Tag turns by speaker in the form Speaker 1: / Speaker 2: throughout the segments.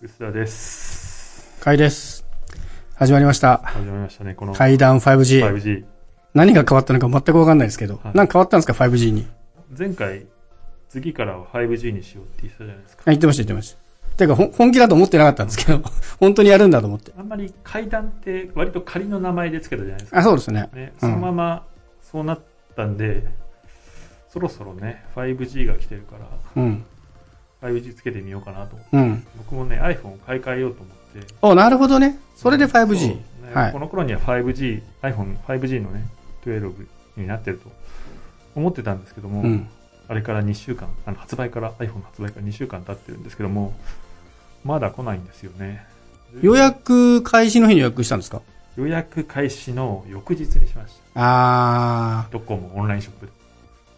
Speaker 1: 薄田です。
Speaker 2: 会です。始まりました。
Speaker 1: 始まりましたね、この
Speaker 2: 階段 5G。
Speaker 1: 5G。
Speaker 2: 何が変わったのか全くわかんないですけど。
Speaker 1: はい
Speaker 2: なんか変わったんですか ?5G に。
Speaker 1: 前回、次からは 5G にしようって言ってたじゃないですか。
Speaker 2: あ言ってました、言ってました。てか、ほん本気だと思ってなかったんですけど、 本当にやるんだと思って。
Speaker 1: あんまり階段って割と仮の名前でつけたじゃないですか。
Speaker 2: あ、そうですね。
Speaker 1: ね、
Speaker 2: う
Speaker 1: そ
Speaker 2: ん
Speaker 1: のままそうなったんで、そろそろね、5G が来てるから、
Speaker 2: うん。
Speaker 1: 5G つけてみようかなと。
Speaker 2: うん。
Speaker 1: 僕もね、iPhone を買い替えようと思って。
Speaker 2: お、なるほどね。それで
Speaker 1: そう
Speaker 2: 5G
Speaker 1: ね。
Speaker 2: はい
Speaker 1: この頃には 5G、iPhone、5G のね、12になってると思ってたんですけども、
Speaker 2: うん。
Speaker 1: あれから2週間、あの発売から、iPhone の発売から2週間経ってるんですけども、まだ来ないんですよね。
Speaker 2: 予約開始の日に予約したんですか
Speaker 1: 予約開始の翌日にしました。
Speaker 2: あー、
Speaker 1: どこもオンラインショップで。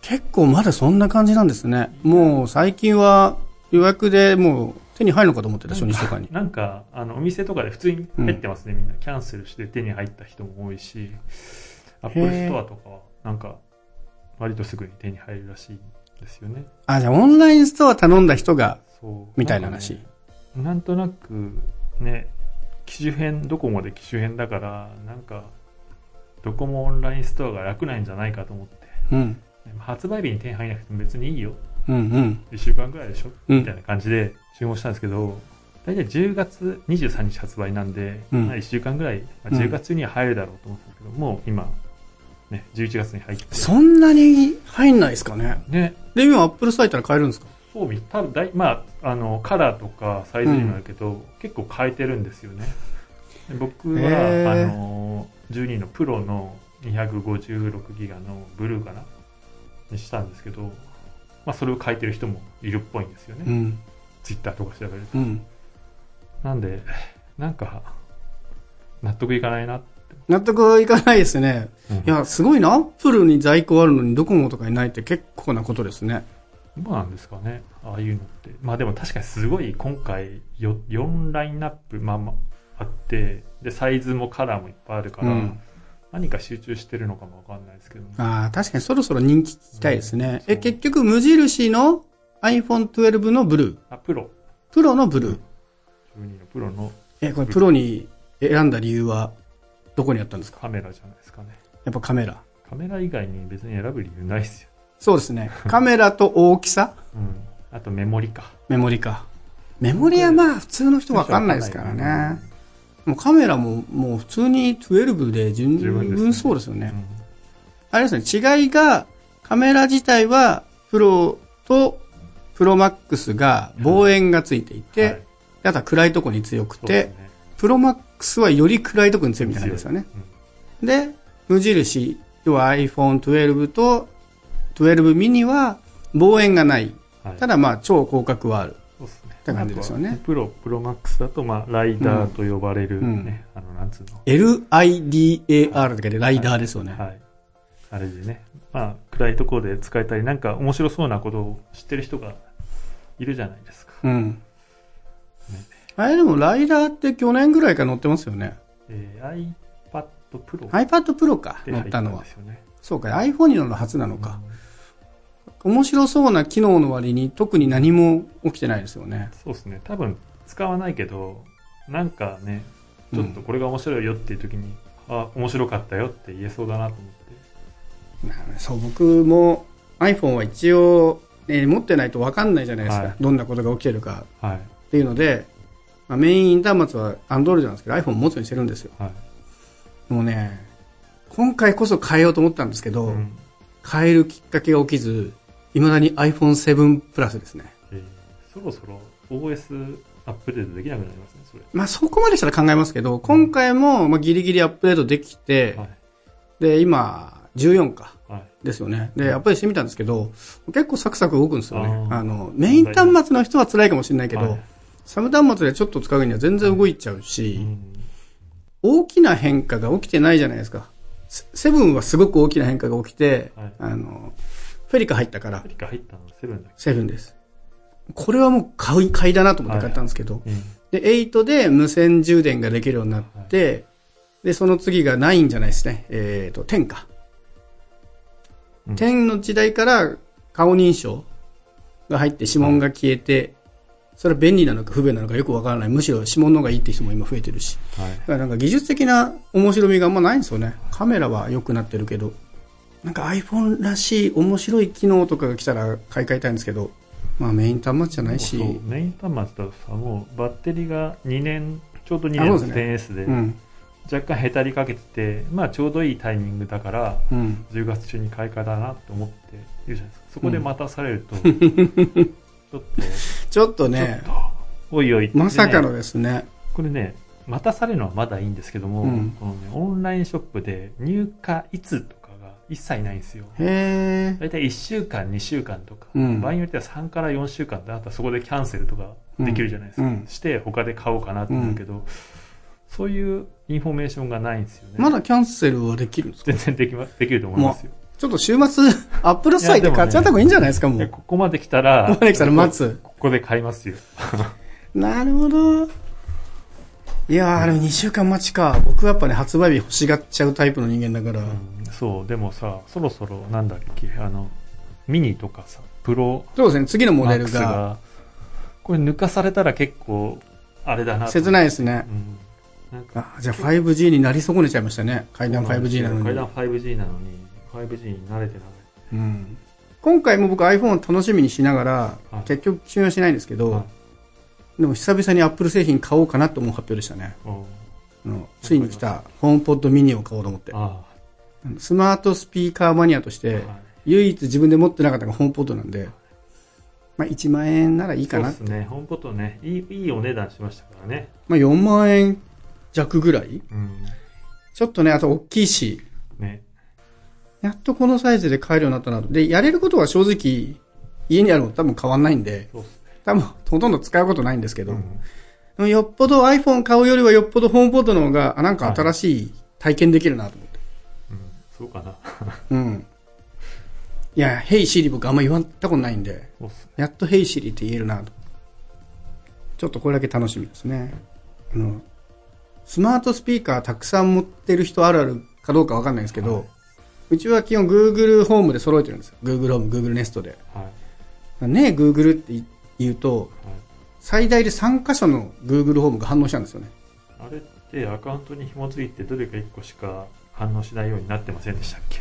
Speaker 2: 結構まだそんな感じなんですね。もう最近は予約でもう手に入るのかと思ってた、初日とかに。
Speaker 1: なんか、あの、お店とかで普通に入ってますね、みんな。キャンセルして手に入った人も多いし、Apple
Speaker 2: へー
Speaker 1: ストアとかは、なんか、割とすぐに手に入るらしいんですよね。
Speaker 2: あ、じゃあオンラインストア頼んだ人が、
Speaker 1: そう。
Speaker 2: みたいな話
Speaker 1: んかねなんとなく、ね、機種変、ドコモで機種変だから、なんか、ドコモオンラインストアが楽なんじゃないかと思って、
Speaker 2: うん。
Speaker 1: ね発売日に手に入らなくても別にいいよ。
Speaker 2: うんうん。
Speaker 1: 1週間ぐらいでしょ
Speaker 2: う
Speaker 1: みたい
Speaker 2: ん。
Speaker 1: な感じで注文したんですけど、大体10月23日発売なんで、
Speaker 2: うん
Speaker 1: まあ1週間ぐらい、まあ
Speaker 2: うん
Speaker 1: 10月には入るだろうと思ったんですけど、もう今、ね、11月に入って、
Speaker 2: そんなに入んないですかね。
Speaker 1: ね、
Speaker 2: で、今アップルサイトら買えるんですか
Speaker 1: 装備、多分だいまあ、あの、カラーとかサイズにもあるけど、結構変えてるんですよね。で僕は、
Speaker 2: へー
Speaker 1: あの、12のプロの256ギガのブルーかなにしたんですけど、まあ、それを変えてる人もいるっぽいんですよね。
Speaker 2: ん。
Speaker 1: ツイッターとか調べると。
Speaker 2: うん。
Speaker 1: なんで、なんか、納得いかないな。
Speaker 2: 納得いかないですね。
Speaker 1: うん
Speaker 2: いや、すごいな。アップルに在庫あるのにドコモとかいないって結構なことですね。
Speaker 1: どうなんですかね、ああいうのって。まあでも確かにすごい今回よ4ラインナップ、まあまあ、あって、で、サイズもカラーもいっぱいあるから、
Speaker 2: うん
Speaker 1: 何か集中してるのかもわかんないですけど、ね、
Speaker 2: ああ、確かにそろそろ人気聞きたいですね。
Speaker 1: うん
Speaker 2: え、結局無印の iPhone 12のブルー。
Speaker 1: あ、プロ、
Speaker 2: プロのブルー。
Speaker 1: 12のプロの
Speaker 2: え、これプロに選んだ理由はどこにあったんですか
Speaker 1: カメラじゃないですかね。
Speaker 2: やっぱカメラ。
Speaker 1: カメラ以外に別に選ぶ理由ないですよ。
Speaker 2: そうです ね。カメラと大きさ
Speaker 1: うん。あとメモリか。
Speaker 2: メモリか。メモリはまあ普通の人わかんないですからね。もうカメラももう普通に12で十
Speaker 1: 十分ですね
Speaker 2: 分そうですよ
Speaker 1: う
Speaker 2: ね。
Speaker 1: ん。
Speaker 2: あれですね、違いがカメラ自体はプロとプロマックスが望遠がついていて、
Speaker 1: はい、
Speaker 2: あとは暗いとこに強く
Speaker 1: そうで
Speaker 2: て、
Speaker 1: すね、
Speaker 2: プロマックスはより暗いとこに強いみたいなんですよね。
Speaker 1: うん
Speaker 2: で、無印、要は iPhone12 と12ミニは望遠がない。
Speaker 1: はい
Speaker 2: ただまあ超広角はある。
Speaker 1: そうですね。
Speaker 2: て感じですよね
Speaker 1: あとはプロ、プロマックスだと、まあ、ライダーと呼ばれる、
Speaker 2: うん
Speaker 1: ね、あの、なんつうの。
Speaker 2: LIDAR だけでライダーですよね。
Speaker 1: はい。あれでね、まあ、暗いところで使えたり、なんか面白そうなことを知ってる人がいるじゃないですか。
Speaker 2: うん。あれでもライダーって去年ぐらいから乗ってますよね。
Speaker 1: えー、iPad Pro で
Speaker 2: iPad Pro か、乗
Speaker 1: 入
Speaker 2: っ
Speaker 1: ったた
Speaker 2: の
Speaker 1: ん
Speaker 2: は
Speaker 1: で。すよね。
Speaker 2: そうか、iPhone に乗るの初なのか。面白そうな機能の割に特に何も起きてないですよね。
Speaker 1: そうですね。多分、使わないけど、なんかね、ちょっと
Speaker 2: うん
Speaker 1: これが面白いよっていう時に、あ、面白かったよって言えそうだなと思って。
Speaker 2: そう、僕も iPhone は一応、ね持ってないと分かんないじゃないですか。
Speaker 1: はい
Speaker 2: どんなことが起きてるか
Speaker 1: はい。
Speaker 2: っていうので、まあ、メイン端末は Android なんですけど iPhone 持つようにしてるんですよ。
Speaker 1: はい。
Speaker 2: もうね、今回こそ変えようと思ったんですけど、
Speaker 1: うん
Speaker 2: 変えるきっかけが起きず、未だに iPhone7 プラスですね。
Speaker 1: えーそろそろ OS アップデートできなくなりますね、それ。
Speaker 2: まあそこまでしたら考えますけど、今回もまあギリギリアップデートできて、
Speaker 1: はい。
Speaker 2: で、今、14か。
Speaker 1: はい。
Speaker 2: ですよね。で、アップデートしてみたんですけど、結構サクサク動くんですよね。
Speaker 1: あー
Speaker 2: あの、メイン端末の人は辛いかもしれないけど、
Speaker 1: はい
Speaker 2: サブ端末でちょっと使うには全然動いちゃう
Speaker 1: う
Speaker 2: し、
Speaker 1: ん
Speaker 2: 大きな変化が起きてないじゃないですか。セセブンはすごく大きな変化が起きて、
Speaker 1: はい
Speaker 2: あの、フェリカ入ったから
Speaker 1: アメ、リカ入ったのセブンだっ
Speaker 2: セブンです。これはもう買い、買いだなと思って買ったんですけど、
Speaker 1: け、
Speaker 2: で、8で無線充電ができるようになって、で、その次が9じゃないですね。えっ、と、10か。
Speaker 1: うん
Speaker 2: 10の時代から顔認証が入って指紋が消えて、それは便利なのか不便なのかよくわからない。むしろ指紋の方がいいって人も今増えてるし。
Speaker 1: はい
Speaker 2: だからなんか技術的な面白みがあんまないんですよね。カメラは良くなってるけど。なんか iPhone らしい面白い機能とかが来たら買い替えたいんですけど、まあメイン端末じゃないし。
Speaker 1: そうメイン端末だとさもうバッテリーが2年ちょうど2
Speaker 2: あ
Speaker 1: 年
Speaker 2: そ
Speaker 1: の
Speaker 2: うですね
Speaker 1: 10S で
Speaker 2: うん。
Speaker 1: 若干へたりかけてて、まあ、ちょうどいいタイミングだから
Speaker 2: うん。
Speaker 1: 10月中に買い替えだなと思って言うじゃないですかそこで待たされると、ちょっ
Speaker 2: ちょっとね、
Speaker 1: とおいおいってね
Speaker 2: まさかのですね。
Speaker 1: これね待たされるのはまだいいんですけども、
Speaker 2: うん
Speaker 1: このね、オンラインショップで入荷いつとかが一切ないんですよ
Speaker 2: へえ。
Speaker 1: 大体1週間2週間とか、
Speaker 2: うん
Speaker 1: 場合によっては3から4週間ってあったらそこでキャンセルとかできるじゃないですか、
Speaker 2: うんうん
Speaker 1: して他で買おうかなってなるけど、そういうインフォメーションがないんですよね
Speaker 2: まだキャンセルはできるんですか
Speaker 1: 全然でき,、ま、できると思いますよ
Speaker 2: ちょっと週末、アップルサイト買っちゃった方がいいんじゃないですか、も
Speaker 1: で
Speaker 2: う。こ
Speaker 1: ここまで来たら
Speaker 2: こまで来たら待つ。
Speaker 1: ここで買いますよ
Speaker 2: なるほど。いやー、あれ2週間待ちか。僕はやっぱね、発売日欲しがっちゃうタイプの人間だから。
Speaker 1: うんそうでもさそろそろなんだっけあのミニとかさプロ
Speaker 2: そうですね、次のモ
Speaker 1: マ
Speaker 2: デ
Speaker 1: ック
Speaker 2: ル
Speaker 1: ス
Speaker 2: が。
Speaker 1: がこれ抜かされたら結構あれだなと
Speaker 2: 切ないですね
Speaker 1: う。んなんか
Speaker 2: あじゃあ 5G になり損ねちゃいましたね。階段 5G なの
Speaker 1: 階
Speaker 2: に
Speaker 1: 段。5G なのに 5G に慣れてない
Speaker 2: うん今回も僕 iPhone を楽しみにしながら
Speaker 1: はい、
Speaker 2: 結局信用しないんですけ
Speaker 1: は
Speaker 2: ど、でも久々に Apple 製品買おうかなと思う発表でしたね。
Speaker 1: うん
Speaker 2: あのついに来たホームポッドミニを買おうと思って。
Speaker 1: あ
Speaker 2: スマートスピーカーマニアとし
Speaker 1: あ、
Speaker 2: て、
Speaker 1: はい
Speaker 2: 唯一自分で持ってなかったのがホームポッドなんで、まあ1万円ならいいか
Speaker 1: そう
Speaker 2: な
Speaker 1: で。すね本ポットねいいいいお値段しましたからね
Speaker 2: まあ4万円弱ぐらい
Speaker 1: うん
Speaker 2: ちょっとね、あと大きいし、
Speaker 1: ね
Speaker 2: やっとこのサイズで買えるようになったなと。で、やれることは正直、家にあるのと多分変わんないんで、
Speaker 1: そうっすね
Speaker 2: 多分ほとんど使うことないんですけ
Speaker 1: う
Speaker 2: ど、
Speaker 1: ん
Speaker 2: でもよっぽど iPhone 買うよりはよっぽどホームポッドの方が、あ、なんか新しい体験できるなと思って。
Speaker 1: うんそうかな
Speaker 2: うん。いや、ヘイシリ僕あんま言わんたことないんで、
Speaker 1: そうっすね
Speaker 2: やっとヘイシリって言えるなと。ちょっとこれだけ楽しみですね。あの、スマートスピーカーたくさん持ってる人あるあるかどうかわかんないんですけど、
Speaker 1: はいう
Speaker 2: ちは基本 Google ホームで揃えてるんですよ。Google ホーム、Google Nest で。
Speaker 1: はいはい
Speaker 2: ねえ、Google ってい言うと、最大で3箇所の Google ホームが反応したんですよね。
Speaker 1: あれってアカウントに紐付いてどれか1個しか反応しないようになってませんでしたっけ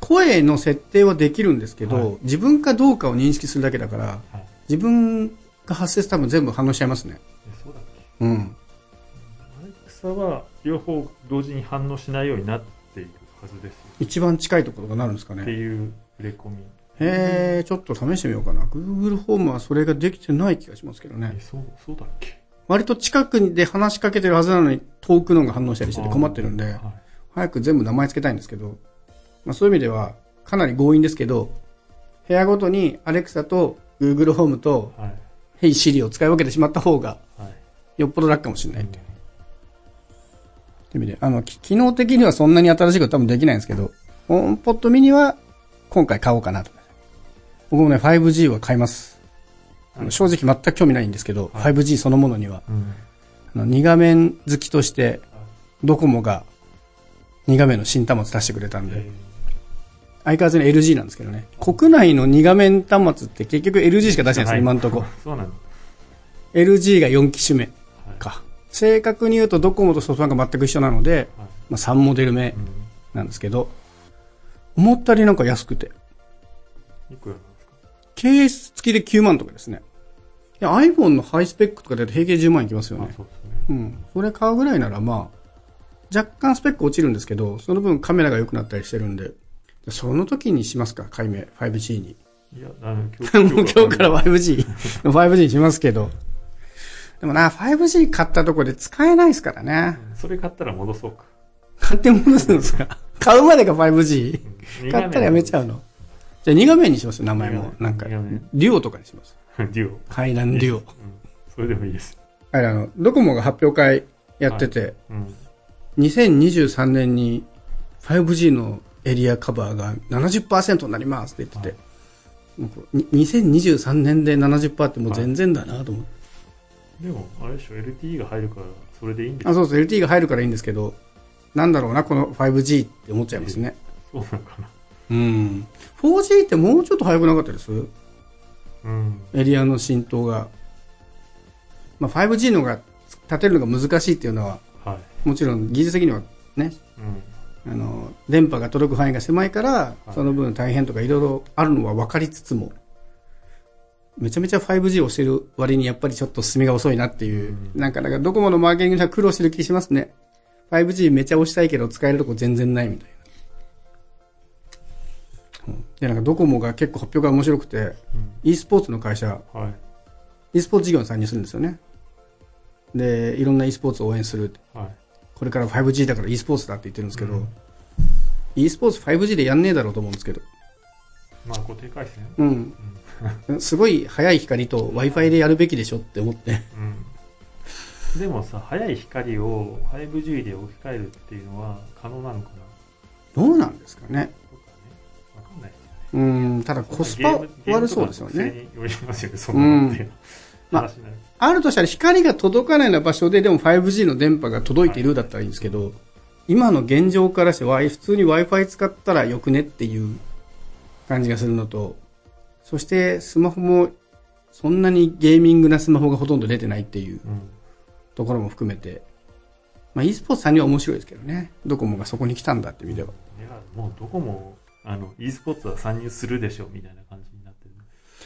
Speaker 2: 声の設定はできるんですけど、
Speaker 1: はい
Speaker 2: 自分かどうかを認識するだけだから、
Speaker 1: はい
Speaker 2: 自分が発生した分全部反応しちゃいますね。
Speaker 1: えそうだっけ
Speaker 2: うん。
Speaker 1: アレクサは両方同時に反応しないようになっているはずですよ
Speaker 2: 一番近いところがなるんですかね
Speaker 1: って。いう触れ込み
Speaker 2: へえ、ちょっと試してみようかな。Google ホームはそれができてない気がしますけど
Speaker 1: え
Speaker 2: ね。
Speaker 1: そうそうだっけ
Speaker 2: 割と近くで話しかけてるはずなのに遠くのが反応したりしてて困ってるん
Speaker 1: は
Speaker 2: で
Speaker 1: い、
Speaker 2: 早く全部名前つけたいんですけど、まあそういう意味ではかなり強引ですけど、部屋ごとに Alexa と Google ホームと
Speaker 1: はい
Speaker 2: Hey Siri を使い分けてしまった方が
Speaker 1: はい
Speaker 2: よっぽど楽かもしれないっていう。という意味で、あの、き機能的にはそんなに新しいこと多分できないんですけど、ホームポットミニは今回買おうかなと。僕もね、5G は買います。あの正直全く興味ないんですけど、
Speaker 1: はい
Speaker 2: 5G そのものには、
Speaker 1: うん
Speaker 2: あの2画面好きとして、ドコモが2画面の新端末出してくれたんで、
Speaker 1: え
Speaker 2: 相変わらずに LG なんですけどね。国内の2画面端末って結局 LG しか出してないんですよ、
Speaker 1: はい
Speaker 2: 今んとこ。
Speaker 1: ー そうなの
Speaker 2: LG が4機種目
Speaker 1: はい
Speaker 2: か。正確に言うとドコモとソフトバンクが全く一緒なので、
Speaker 1: はい
Speaker 2: まあ、3モデル目
Speaker 1: うん
Speaker 2: なんですけど、思ったよりなんか安くて、
Speaker 1: いくらなんですか
Speaker 2: ケース付きで9万とかですね。いや iPhone のハイスペックとかだと平均10万いきますよ
Speaker 1: あ
Speaker 2: ね。
Speaker 1: そうですね
Speaker 2: うん。それ買うぐらいならまあ、若干スペック落ちるんですけど、その分カメラが良くなったりしてるんで、その時にしますか、解明、5G に。
Speaker 1: いやあの今
Speaker 2: もう 今日から
Speaker 1: は
Speaker 2: 5G、5G にしますけど。でもな、5G 買ったとこで使えないですからね。
Speaker 1: それ買ったら戻そうか
Speaker 2: 買って戻すんですか 買うまでが 5G? 買ったらやめちゃうの。じゃあ2画面にしますよ、名前も。なんか
Speaker 1: 2画面、
Speaker 2: デュオとかにします。
Speaker 1: う デュオ
Speaker 2: 階段デュオ。
Speaker 1: うんそれでもいいです
Speaker 2: あれ、あの、ドコモが発表会やってて、
Speaker 1: うん
Speaker 2: 2023年に 5G のエリアカバーが70%になりますって言ってて、もうこうに2023年で70%ってもう全然だなと思って。
Speaker 1: でもあれでしょ LTE が入るからそれでいいんでし
Speaker 2: あ
Speaker 1: ょ
Speaker 2: そうそう、LT が入るからいいんですけど、なんだろうな、この 5G って思っちゃいますね。
Speaker 1: そうなのかな
Speaker 2: うん。4G ってもうちょっと早くなかったです
Speaker 1: うん
Speaker 2: エリアの浸透が。まあ、5G のが立てるのが難しいっていうのは、
Speaker 1: はい。
Speaker 2: もちろん技術的にはね、
Speaker 1: うん。
Speaker 2: あの、電波が届く範囲が狭いから、
Speaker 1: い
Speaker 2: その分大変とかいろいろあるのは分かりつつも、めちゃめちゃ 5G をしてる割にやっぱりちょっと進みが遅いなっていう、なんか、なんかドコモのマーケティングでは苦労してる気しますね。5G めちゃ押したいけど使えるとこ全然ないみたいな。うんで、なんかドコモが結構発表が面白くて、e スポーツの会社、
Speaker 1: はい。
Speaker 2: e スポーツ事業に参入するんですよね。で、いろんな e スポーツを応援する。
Speaker 1: はい。
Speaker 2: これから 5G だから e スポーツだって言ってるんですけど、e スポーツ 5G でやんねえだろうと思うんですけど、
Speaker 1: まあ、固定回線。
Speaker 2: うん。すごい速い光と Wi-Fi でやるべきでしょって思って。
Speaker 1: うん。でもさ、速い光を 5G で置き換えるっていうのは可能なのかな
Speaker 2: どうなんですかね。
Speaker 1: とかね。わかんないですよね。
Speaker 2: うん、ただコスパ
Speaker 1: ゲームゲームとか
Speaker 2: 悪そうですよ
Speaker 1: 特性
Speaker 2: ね。
Speaker 1: によりますよね、そんなのって。
Speaker 2: まあ
Speaker 1: 話になる。
Speaker 2: あるとしたら光が届かないような場所ででも 5G の電波が届いているだったらいいんですけど、今の現状からして Wi- 普通に Wi-Fi 使ったらよくねっていう感じがするのと、そしてスマホもそんなにゲーミングなスマホがほとんど出てないっていう
Speaker 1: うん。
Speaker 2: ところも含めて、まあ e スポーツさんには面白いですけどね。ドコモがそこに来たんだって見れば。
Speaker 1: いや、もうどこも、あの、e スポーツは参入するでしょ、みたいな感じになって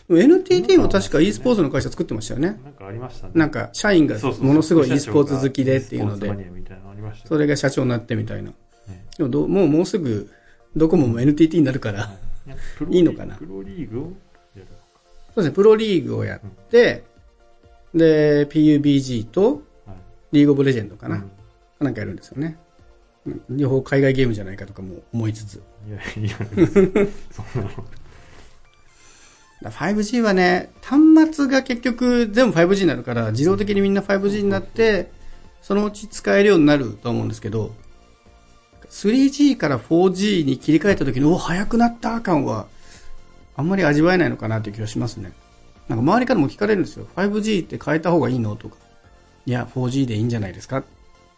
Speaker 1: る。
Speaker 2: でも NTT も確か e スポーツの会社作ってましたよね。
Speaker 1: なんかありましたね。
Speaker 2: なんか社員が
Speaker 1: そうそうそう
Speaker 2: ものすごい e スポーツ好きでっていうの
Speaker 1: 社長
Speaker 2: で
Speaker 1: が e スポーツマ、ニアみたいなのありました
Speaker 2: そ
Speaker 1: よ
Speaker 2: れが社長になってみたいな。
Speaker 1: ね。
Speaker 2: でもどうもうもうすぐドコモも NTT になるから、
Speaker 1: いやプロ
Speaker 2: いいのかな
Speaker 1: プロリーグをやる。
Speaker 2: そうですね、プロリーグをやって、で、PUBG と
Speaker 1: はい。
Speaker 2: リーグオブレジェンドかな、
Speaker 1: うん
Speaker 2: なんかやるんですよね。うん両方海外ゲームじゃないかとかも思いつつ。
Speaker 1: いや、いや、そんなの。
Speaker 2: だから 5G はね、端末が結局全部 5G になるから、自動的にみんな 5G になって、そのうち使えるようになると思うんですけど、3G から 4G に切り替えた時の、お、早くなった感は、あんまり味わえないのかなという気がしますね。なんか周りからも聞かれるんですよ。5G って変えた方がいいのとか。いや、4G でいいんじゃないですか。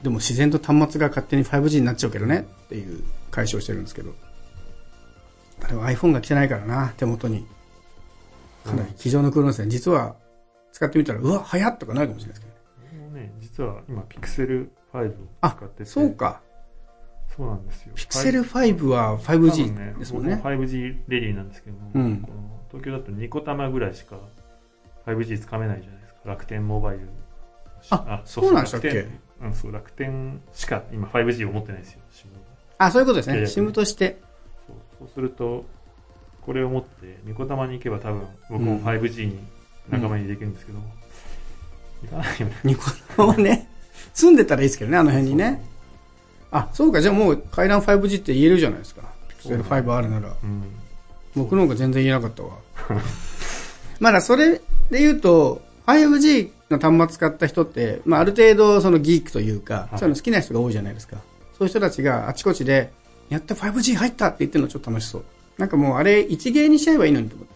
Speaker 2: でも自然と端末が勝手に 5G になっちゃうけどねっていう解消してるんですけど。でも iPhone が来てないからな、手元に。かなり机上の空論ですね。実は使ってみたら、うわ、早っとかなるかもしれないですけどね。
Speaker 1: もうね、実は今、ピクセル5を
Speaker 2: あ
Speaker 1: 使ってて。
Speaker 2: そう。か。
Speaker 1: そうなんですよ。
Speaker 2: ピクセル
Speaker 1: フ
Speaker 2: 5は
Speaker 1: ァイブ多分
Speaker 2: 5G ですもんね
Speaker 1: 僕。5G レディーなんですけども、
Speaker 2: うん
Speaker 1: この東京だと2個玉ぐらいしか 5G つかめないじゃないですか。楽天モバイル。
Speaker 2: あ
Speaker 1: そそ
Speaker 2: そうなんでしたっけ
Speaker 1: 楽天うん、そう、楽天しか今 5G を持ってないんですよ、SIM が
Speaker 2: あ、そういうことです
Speaker 1: 契
Speaker 2: ね。
Speaker 1: 約
Speaker 2: シムとして。
Speaker 1: そうそうすると、これを持って、ニコタマに行けば多分、僕も 5G に仲間にできるんですけど、行かないよね。
Speaker 2: ニコ生はね、 住んでたらいいですけどね、あの辺にね。あ、そうか。じゃあもう階段 5G って言えるじゃないですか。ピクセル5あるなら。
Speaker 1: うん。
Speaker 2: 僕の方が全然言えなかったわ。 まだそれで言うと、5G の端末使った人って、まあ、ある程度そのギークというか、
Speaker 1: はい
Speaker 2: そういうの好きな人が多いじゃないですか。そういう人たちがあちこちで、やった 5G 入ったって言ってるのちょっと楽しそう。なんかもうあれ一芸にしちゃえばいいのにと思って。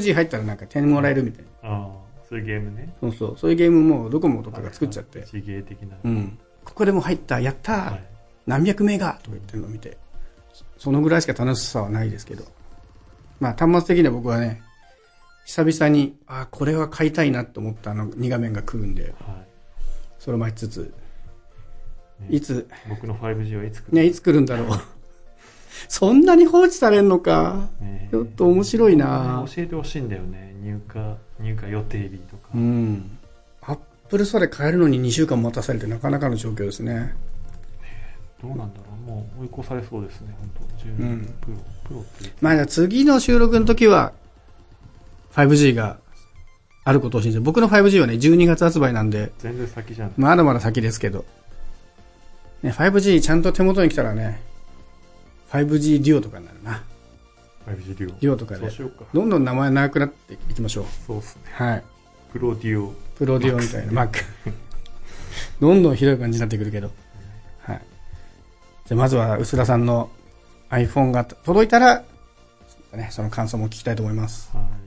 Speaker 2: 5G 入ったらなんか点もらえるみたいな。
Speaker 1: ああ、そういうゲームね。
Speaker 2: そうそう。そういうゲームもドコモとかが作っちゃって。
Speaker 1: 地芸的な。
Speaker 2: うん。ここでも入った、やった、
Speaker 1: はい
Speaker 2: 何百名がとか言ってるのを見て、そのぐらいしか楽しさはないですけど。まあ端末的には僕はね、久々に、ああ、これは買いたいなと思ったあの2画面が来るんで、
Speaker 1: は
Speaker 2: それを待ちつつ、
Speaker 1: ね
Speaker 2: いつ、
Speaker 1: い。僕の 5G はいつ来る
Speaker 2: ね、いつ来るんだろう。 そんなに放置されんのか。
Speaker 1: ね
Speaker 2: ちょっと面白いな
Speaker 1: 教えてほしいんだよね。入荷、入荷予定日とか。
Speaker 2: うん。アップルそれ買えるのに2週間待たされてなかなかの状況ですね。
Speaker 1: どうなんだろう。もう追い越されそうですね、本当十
Speaker 2: うん
Speaker 1: プロ、プロってい
Speaker 2: まあじゃあ次の収録の時は、5G があることを信じて、僕の 5G はね、12月発売なんで、
Speaker 1: 全然先じゃん。
Speaker 2: まだまだ先ですけど。ね、5G ちゃんと手元に来たらね、5G デュオとかになるな。
Speaker 1: 5G デュオ。
Speaker 2: デュオとか
Speaker 1: そう
Speaker 2: で
Speaker 1: し。ようか。
Speaker 2: どんどん名前長くなっていきましょう。
Speaker 1: そうっすね。
Speaker 2: はい。
Speaker 1: プロデュオ。
Speaker 2: プロデュオみたいな、マック。どんどんひどい感じになってくるけど。はい。じゃあまずは、薄田さんの iPhone が届いたら、ね、その感想も聞きたいと思います。
Speaker 1: はい。